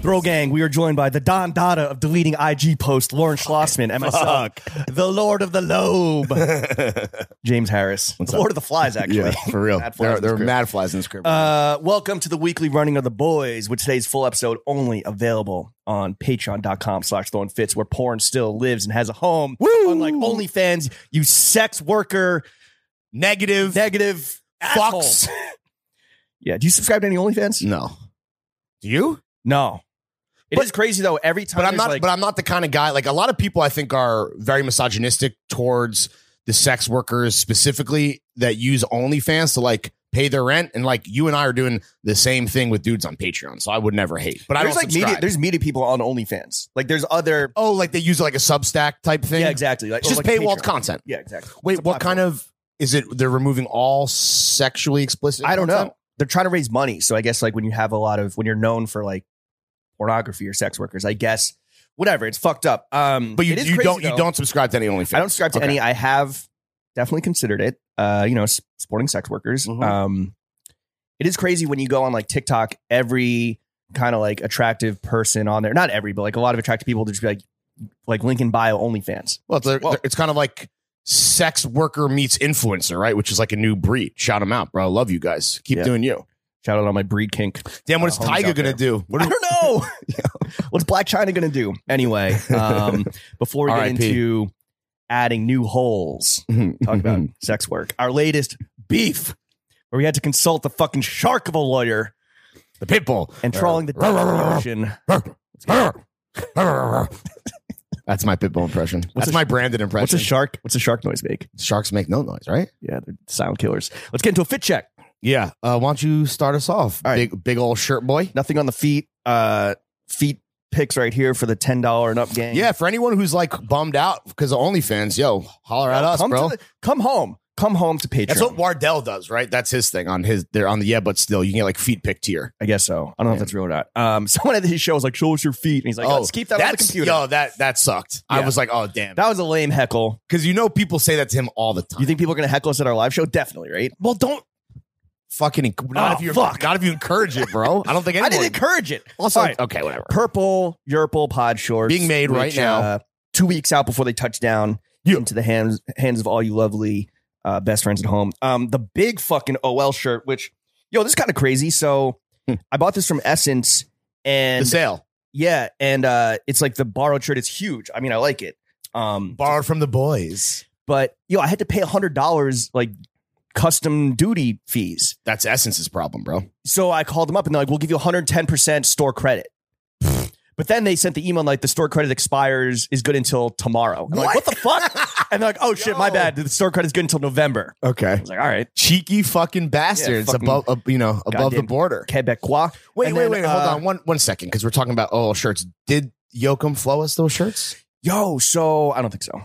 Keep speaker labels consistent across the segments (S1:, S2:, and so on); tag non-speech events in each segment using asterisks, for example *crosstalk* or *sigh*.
S1: Throw Gang, we are joined by the Don Dada of deleting IG posts, Lauren Schlossman, and myself, the Lord of the Lobe,
S2: *laughs*
S1: James Harris, the Lord of the Flies, actually.
S3: Yeah, for real.
S1: Mad flies
S3: there
S1: in
S3: there
S1: the
S3: are
S1: script.
S3: mad flies in the script.
S1: *laughs* Uh, welcome to the weekly running of the boys, with today's full episode only available on patreon.com slash throwing fits, where porn still lives and has a home.
S3: Woo!
S1: Unlike OnlyFans, you sex worker,
S2: negative
S1: negative
S2: Asshole. *laughs*
S1: fucks. yeah, do you subscribe to any OnlyFans?
S3: no,
S2: you
S1: No. It is
S2: But-
S1: crazy, though. Every time
S2: but i'm
S1: there's,
S2: not
S1: like,
S2: but i'm not the kind of guy like a lot of people i think are very misogynistic towards the sex workers specifically that use onlyfans to like pay their rent and like you and i are doing the same thing with dudes on patreon so i would never hate but i
S1: there's
S2: don't
S1: like media,
S2: subscribe.
S1: there's media people on OnlyFans. Like there's other
S2: oh like they use like a substack type thing
S1: Yeah, exactly. Like,
S2: it's
S1: or
S2: just
S1: like
S2: paywalled
S1: Patreon.
S2: content
S1: Yeah, exactly.
S2: wait what kind of is it they're removing all sexually explicit
S1: I don't
S2: content?
S1: know. They're trying to raise money, so I guess like when you have a lot of when you're known for like pornography or sex workers, I guess whatever. It's fucked up. Um,
S2: but you,
S1: it is
S2: you
S1: crazy,
S2: don't you
S1: though.
S2: don't subscribe to any onlyfans
S1: I don't subscribe to
S2: Okay.
S1: any. I have definitely considered it. Uh, you know, s- supporting sex workers.
S2: Mm-hmm.
S3: Mhm.
S1: Um, it is crazy when you go on like TikTok. Every kind of like attractive person on there, not every, but like a lot of attractive people, to just be like, like Lincoln Bio OnlyFans.
S2: Well, it's, a-
S1: Well-
S2: it's kind of like sex worker meets influencer, right? Which is like a new breed. Shout them out, bro. I love you guys. Keep
S1: Yeah.
S2: doing you.
S1: Shout out on my breed
S2: *laughs*
S1: kink.
S2: Damn, what
S1: Uh,
S2: is
S1: homies
S2: Tyga
S1: out
S2: gonna
S1: there.
S2: do? What
S1: I
S2: are, *laughs*
S1: don't *laughs* know. What's Black China going to do? Anyway, um, before we get
S2: R.I.P..
S1: into adding new holes,
S2: Hmm.
S1: talk about
S2: Mm-hmm.
S1: sex work. Our latest beef, where we had to consult the fucking shark of a lawyer
S2: *laughs* the pit bull.
S1: and trawling the depths of the ocean. *laughs*
S2: That's my pit bull impression. That's
S1: a-
S2: my branded
S1: What's
S2: impression.
S1: a shark? What's a shark noise make?
S2: Sharks make no noise, right?
S1: Yeah, they're sound killers. Let's get into a fit check.
S2: Yeah. Uh, why don't you start us off,
S1: All right.
S2: big big old shirt boy?
S1: Nothing on the feet. Uh, feet picks right here for the ten dollar and up game.
S2: Yeah, for anyone who's like bummed out because of OnlyFans, yo, holler at us,
S1: come
S2: bro.
S1: To the, come home. Come home to Patreon.
S2: That's what Wardell does, right? That's his thing on his. They're on the yeah, but still, you can get like feet pick tier.
S1: I guess so. I don't know if that's real or not. Um, *laughs* someone at his show was like, "Show us your feet," and he's like, oh, "Let's keep that on the
S2: that's-
S1: computer."
S2: Yo, that that sucked. I
S1: Yeah.
S2: was like, oh damn,
S1: That was a lame heckle.
S2: because you know people say that to him all the time.
S1: You think people are gonna heckle us at our live show? Definitely, right?
S2: well, don't fucking enc- not
S1: Oh,
S2: if you
S1: fuck.
S2: not if you encourage it, bro. *laughs* I don't think
S1: I
S2: anyone.
S1: didn't encourage it.
S2: also,
S1: All right.
S2: okay, whatever.
S1: Purple Yerple Pod Shorts uh,
S2: Being made right now.
S1: two weeks out before they touch down
S2: Yeah.
S1: into the hands hands of all you lovely uh, best friends at home. Um, the big fucking OL shirt, which yo, this is kind of crazy. So I bought this from Essence,
S2: Hmm. The
S1: and
S2: sale
S1: yeah, and uh, it's like the borrowed shirt. It's huge. I mean, I like it. Um,
S2: borrowed from the boys.
S1: but yo, I had to pay hundred dollars like custom duty fees.
S2: That's Essence's problem, bro.
S1: So I called them up and they're like, "We'll give you one hundred ten percent store
S2: *laughs*
S1: credit." But then they sent the email like the store credit expires is good until tomorrow. I'm like, what the fuck? And they're like, oh shit, my
S2: Yo.
S1: bad. The store credit is good until November. I
S2: Okay,
S1: was like, all right,
S2: cheeky fucking bastards
S1: fucking-
S2: above, uh, you know, above the
S1: Goddamn.
S2: border.
S1: Quebecois.
S2: Wait,
S1: And
S2: wait,
S1: then,
S2: wait.
S1: uh,
S2: hold on one one second, because we're talking about oh shirts. Did Yoakum flow us those shirts?
S1: Yo, so I don't think so.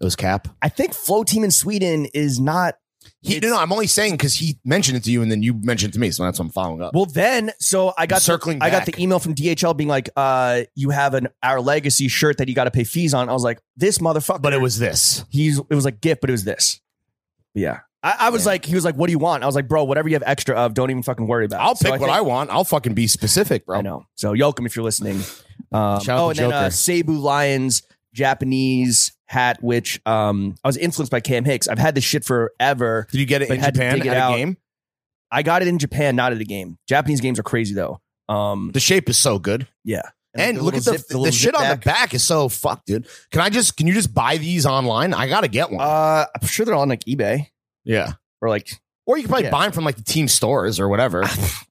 S2: Those cap.
S1: I think Flow Team in Sweden is not
S2: He, no, no, I'm only saying because he mentioned it to you, and then you mentioned it to me, so that's what I'm following up.
S1: Well, then, so I got
S2: Circling
S1: The, I got
S2: back.
S1: the email from DHL being like, uh, "You have an our legacy shirt that you got to pay fees on." I was like, "This motherfucker."
S2: but it was this.
S1: he's it was like gift, but it was this. Yeah, I, I was
S2: Yeah.
S1: like, he was like, "What do you want?" I was like, "Bro, whatever you have extra of, don't even fucking worry about." it."
S2: I'll pick
S1: So
S2: what I
S1: think-
S2: want. I'll fucking be specific, bro.
S1: I know. So Yoakum, if you're listening, um,
S2: Shout out
S1: oh, and
S2: to
S1: then uh,
S2: Joker.
S1: Cebu Lions Japanese hat, which um, I was influenced by Cam Hicks. I've had this shit forever.
S2: Did you get it
S1: But
S2: in
S1: had to
S2: Japan
S1: dig it
S2: at a
S1: out.
S2: game?
S1: I got it in Japan, not at a game. Japanese games are crazy though. Um,
S2: The shape is so good,
S1: yeah.
S2: and,
S1: like,
S2: look at
S1: little
S2: the
S1: zip-
S2: the,
S1: little zip
S2: shit on
S1: back.
S2: the back is so fucked, dude. Can I just can you just buy these online? I gotta get one.
S1: Uh, I'm sure they're on like eBay
S2: yeah,
S1: or like
S2: or you can probably
S1: yeah. Ah.
S2: buy them from like the team stores or whatever.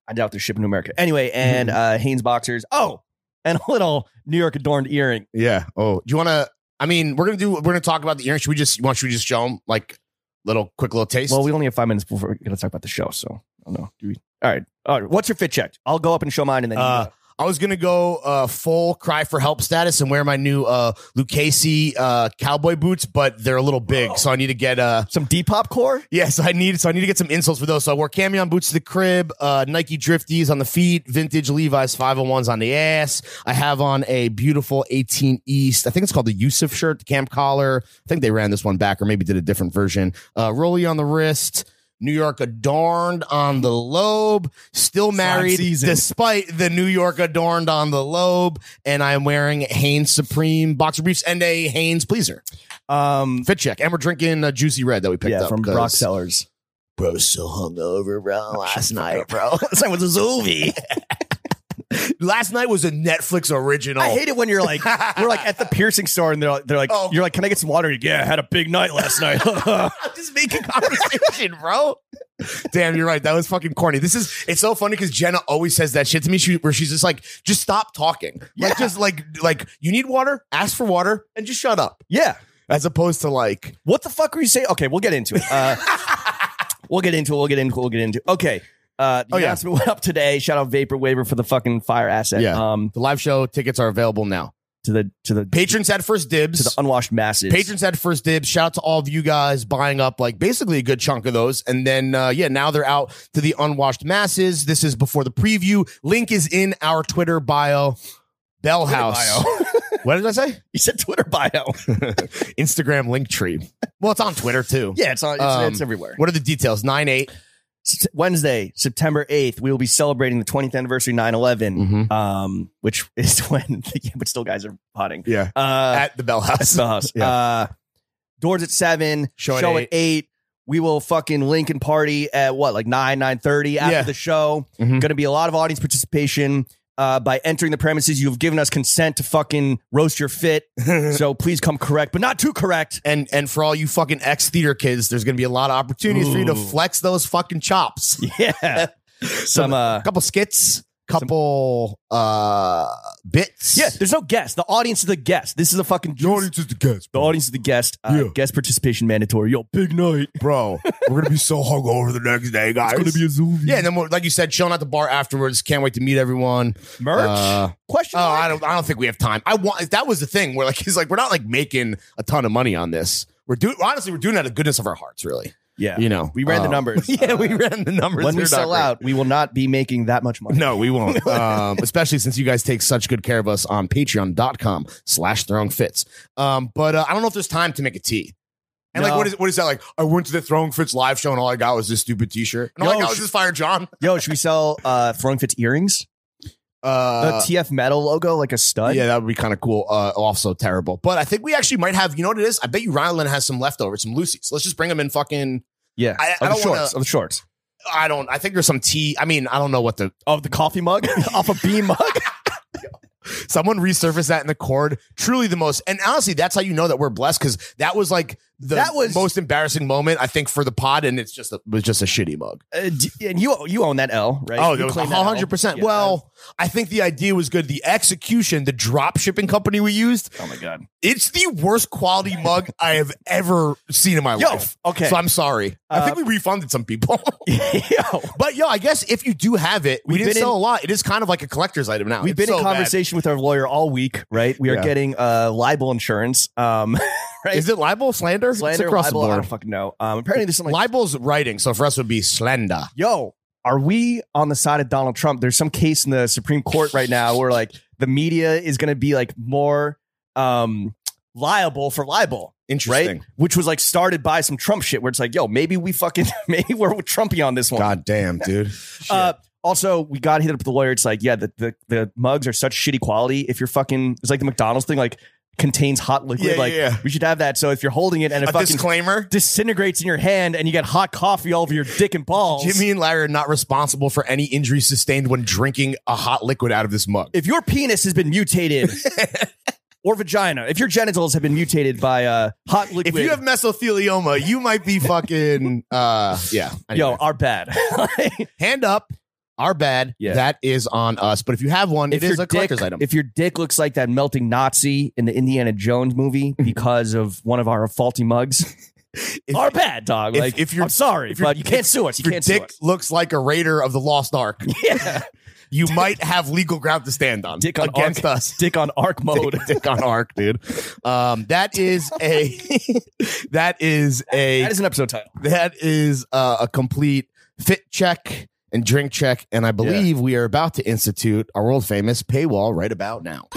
S1: I doubt they're shipping to America anyway.
S2: Mm-hmm.
S1: And uh, Haynes boxers. Oh, and a little New York adorned earring.
S2: yeah. Oh, do you want to? I mean, we're gonna do. We're gonna talk about the earrings. Should we just? Want should we just show them like little quick little taste?
S1: Well, we only have five minutes before we're gonna talk about the show, so I don't know. Do we? All right, all right. What's your fit check? I'll go up and show mine, and then you
S2: Uh,
S1: go.
S2: I was gonna go uh, full cry for help status and wear my new uh, Lucchese uh, cowboy boots, but they're a little big, so I need to get uh
S1: Some Depop core?
S2: Yes, I need so I need to get some insoles for those. So I wore Camion boots to the crib, uh, Nike Drifties on the feet, vintage Levi's 501s on the ass. I have on a beautiful 18 East. I think it's called the Yusuf shirt, the camp collar. I think they ran this one back or maybe did a different version. Uh, Rolly on the wrist. New York adorned on the lobe, still married
S1: season.
S2: despite the New York adorned on the lobe, and I'm wearing Hanes Supreme boxer briefs and a Hanes pleaser
S1: Um,
S2: fit check, and we're drinking a juicy red that we picked
S1: yeah,
S2: up
S1: from
S2: 'cause-
S1: Brock *laughs* Sellers.
S2: bro so
S1: *laughs*
S2: hungover, bro. Last night, bro. *laughs* Last night was a zombie. Last night was a Netflix original.
S1: I hate it when you're like, we're like *laughs* at the piercing store and they're like, they're like,
S2: Oh.
S1: you're like, can I get some water? You're like, yeah, I had a big night last night. *laughs*
S2: I'm just making conversation, bro. *laughs* Damn, you're right. That was fucking corny. This is it's so funny because Jenna always says that shit to me. She where she's just like, just stop talking.
S1: Yeah.
S2: Like just like like you need water, ask for water, and just shut up.
S1: yeah.
S2: As opposed to like
S1: What the fuck were you saying? Okay, we'll get into it. *laughs* Uh, we'll get into it. We'll get into it. We'll get into it. Okay. Uh, the
S2: Oh, yeah.
S1: announcement went up today. Shout out Vapor Waver for the fucking fire asset.
S2: Yeah.
S1: Um,
S2: the live show tickets are available now.
S1: to the to the
S2: Patrons had first dibs.
S1: to the unwashed masses.
S2: Patrons had first dibs. Shout out to all of you guys buying up like basically a good chunk of those. And then, uh, yeah, now they're out to the unwashed masses. This is before the preview. Link is in our Twitter bio. Bell House. *laughs* what did I say?
S1: you said Twitter bio.
S2: Instagram link tree. Well, it's on Twitter too.
S1: yeah, it's on. It's,
S2: Um,
S1: it's everywhere.
S2: What are the details? 9 8.
S1: S- Wednesday, September 8th, we will be celebrating the 20th anniversary 9 11,
S2: Mm-hmm.
S1: um, which *laughs* is when the Gambit Still guys are potting.
S2: Yeah.
S1: Uh,
S2: At the Bell
S1: at
S2: House.
S1: the house.
S2: Yeah.
S1: Uh, doors at 7,
S2: Show at
S1: at 8. We will fucking link and party at what, like 9, 9.30 after
S2: Yeah.
S1: the show.
S2: Mhm.
S1: Going to be a lot of audience participation. Uh, by entering the premises, you've given us consent to fucking roast your *laughs* fit. so please come correct, but not too correct.
S2: *laughs*
S1: *laughs*
S2: And and for all you fucking ex theater kids, there's gonna be a lot of opportunities for you to
S1: Ooh.
S2: flex those fucking chops.
S1: *laughs* Yeah. Some, uh,
S2: a couple skits, couple uh bits.
S1: yeah, there's no guest. The audience is the guest. This is a fucking
S2: The audience is the guest,
S1: The
S2: bro.
S1: audience is the guest. Uh,
S2: Yeah.
S1: Guest participation mandatory. Yo, big night.
S2: bro. We're gonna be so hungover the next day, guys.
S1: a zoovie.
S2: yeah, and then we're- like you said, chilling at the bar afterwards. Can't wait to meet everyone.
S1: Merch?
S2: Uh,
S1: Question
S2: oh,
S1: mark?
S2: I don't. I don't think we have time. I want. That was the thing. We're like, *laughs* he's like, we're not like making a ton of money on this. We're doing honestly, we're doing it out of goodness of our hearts, really.
S1: yeah.
S2: You know,
S1: we ran the
S2: Uh,
S1: numbers. *laughs*
S2: Yeah,
S1: Uh,
S2: we ran the numbers.
S1: When we
S2: They're not
S1: sell
S2: great.
S1: out, we will not be making that much money.
S2: No,
S1: *laughs*
S2: we won't. um, especially since you guys take such good care of us on patreon.com slash throwing fits. Um, but uh, I don't know if there's time to make a tea. And like,
S1: No.
S2: what is what is that like? I went to the Throwing Fits live show and all I got was this stupid T-shirt. And all
S1: Yo,
S2: I got
S1: sh-
S2: was this Fire John.
S1: Yo, should we sell uh, Throwing Fits earrings?
S2: Uh,
S1: the TF Metal logo, like a stud?
S2: yeah, that would be kind of cool. Uh, also terrible. But I think we actually might have. You know what it is? I bet you Ryland has some leftovers, some Lucy's. Let's just bring them in. Fucking,
S1: Yeah.
S2: I- I
S1: of the
S2: don't wanna-
S1: shorts. Of the shorts.
S2: I don't. I think there's some tea. I mean, I don't know what the
S1: Of the coffee mug? *laughs* Off a bean mug?
S2: Someone resurfaced that in the cord. Truly the most. And honestly, that's how you know that we're blessed because that was like the
S1: That was-
S2: most embarrassing moment, I think, for the pod. And it's just a, was just a shitty mug.
S1: Uh, d- and you you own that L, right?
S2: Oh,
S1: You
S2: that was
S1: claim that L.
S2: 100%.
S1: Yeah.
S2: well, I think the idea was good. The execution, the drop shipping company we used,
S1: Oh, my
S2: *laughs*
S1: God.
S2: it's the worst quality mug I have ever seen in my
S1: Yo,
S2: life.
S1: okay.
S2: So I'm sorry. I
S1: Uh,
S2: think we refunded some
S1: *laughs*
S2: people.
S1: Yo.
S2: But yo, I guess if you do have it, we
S1: We've
S2: didn't
S1: been
S2: sell
S1: in-
S2: a lot. It is kind of like a collector's item now.
S1: We've
S2: It's
S1: been
S2: so
S1: in
S2: bad.
S1: conversation with our lawyer all week, right? We are
S2: Yeah.
S1: getting uh, libel insurance. Um, right?
S2: Is it libel, slander?
S1: slander,
S2: it's across
S1: libel,
S2: the
S1: I
S2: board.
S1: don't fucking know. Um, apparently, there's something like,
S2: Libel's writing, so for us would be slander.
S1: yo, are we on the side of Donald Trump? There's some case in the Supreme Court right now where like the media is going to be like more um, liable for libel, right?
S2: Interesting.
S1: Which was like started by some Trump shit where it's like, yo, maybe we fucking, *laughs* maybe we're Trumpy on this one.
S2: God damn, dude.
S1: Uh, also, we got hit up with the lawyer. It's like, yeah, the, the the mugs are such shitty quality. If you're fucking, it's like the McDonald's thing, like contains hot liquid.
S2: Yeah, yeah,
S1: like
S2: yeah.
S1: we should have that. So if you're holding it and it
S2: a
S1: fucking
S2: disclaimer.
S1: disintegrates in your hand and you get hot coffee all over your dick and balls.
S2: Jimmy and Larry are not responsible for any injuries sustained when drinking a hot liquid out of this mug.
S1: if your penis has been
S2: *laughs*
S1: mutated or vagina, if your genitals have been mutated by uh, hot liquid,
S2: If you have mesothelioma, you might be fucking uh yeah.
S1: yo,
S2: Anyway.
S1: are
S2: *laughs*
S1: bad. *laughs*
S2: hand up. Our bad.
S1: Yeah.
S2: That is on us. But if you have one,
S1: if
S2: it
S1: your
S2: is a
S1: dick,
S2: collector's item.
S1: if your dick looks like
S2: *laughs*
S1: that melting Nazi in the Indiana Jones movie because of one of our faulty mugs,
S2: If-
S1: Our bad, dog.
S2: if-
S1: Like,
S2: if
S1: if
S2: you're-
S1: you're, I'm sorry,
S2: if you're-
S1: but you can't sue us. *laughs* You
S2: Your
S1: can't
S2: dick looks like a raider of the Lost Ark.
S1: sue us. Yeah.
S2: You might have legal ground to stand on
S1: Dick on
S2: against
S1: arc.
S2: us.
S1: Dick on arc mode.
S2: Dick,
S1: *laughs*
S2: dick *laughs* on arc, dude. Um, that is a *laughs* that is a
S1: That is an episode title.
S2: that is uh, a complete fit check and drink check, and I believe we are about to institute our world famous paywall right about now.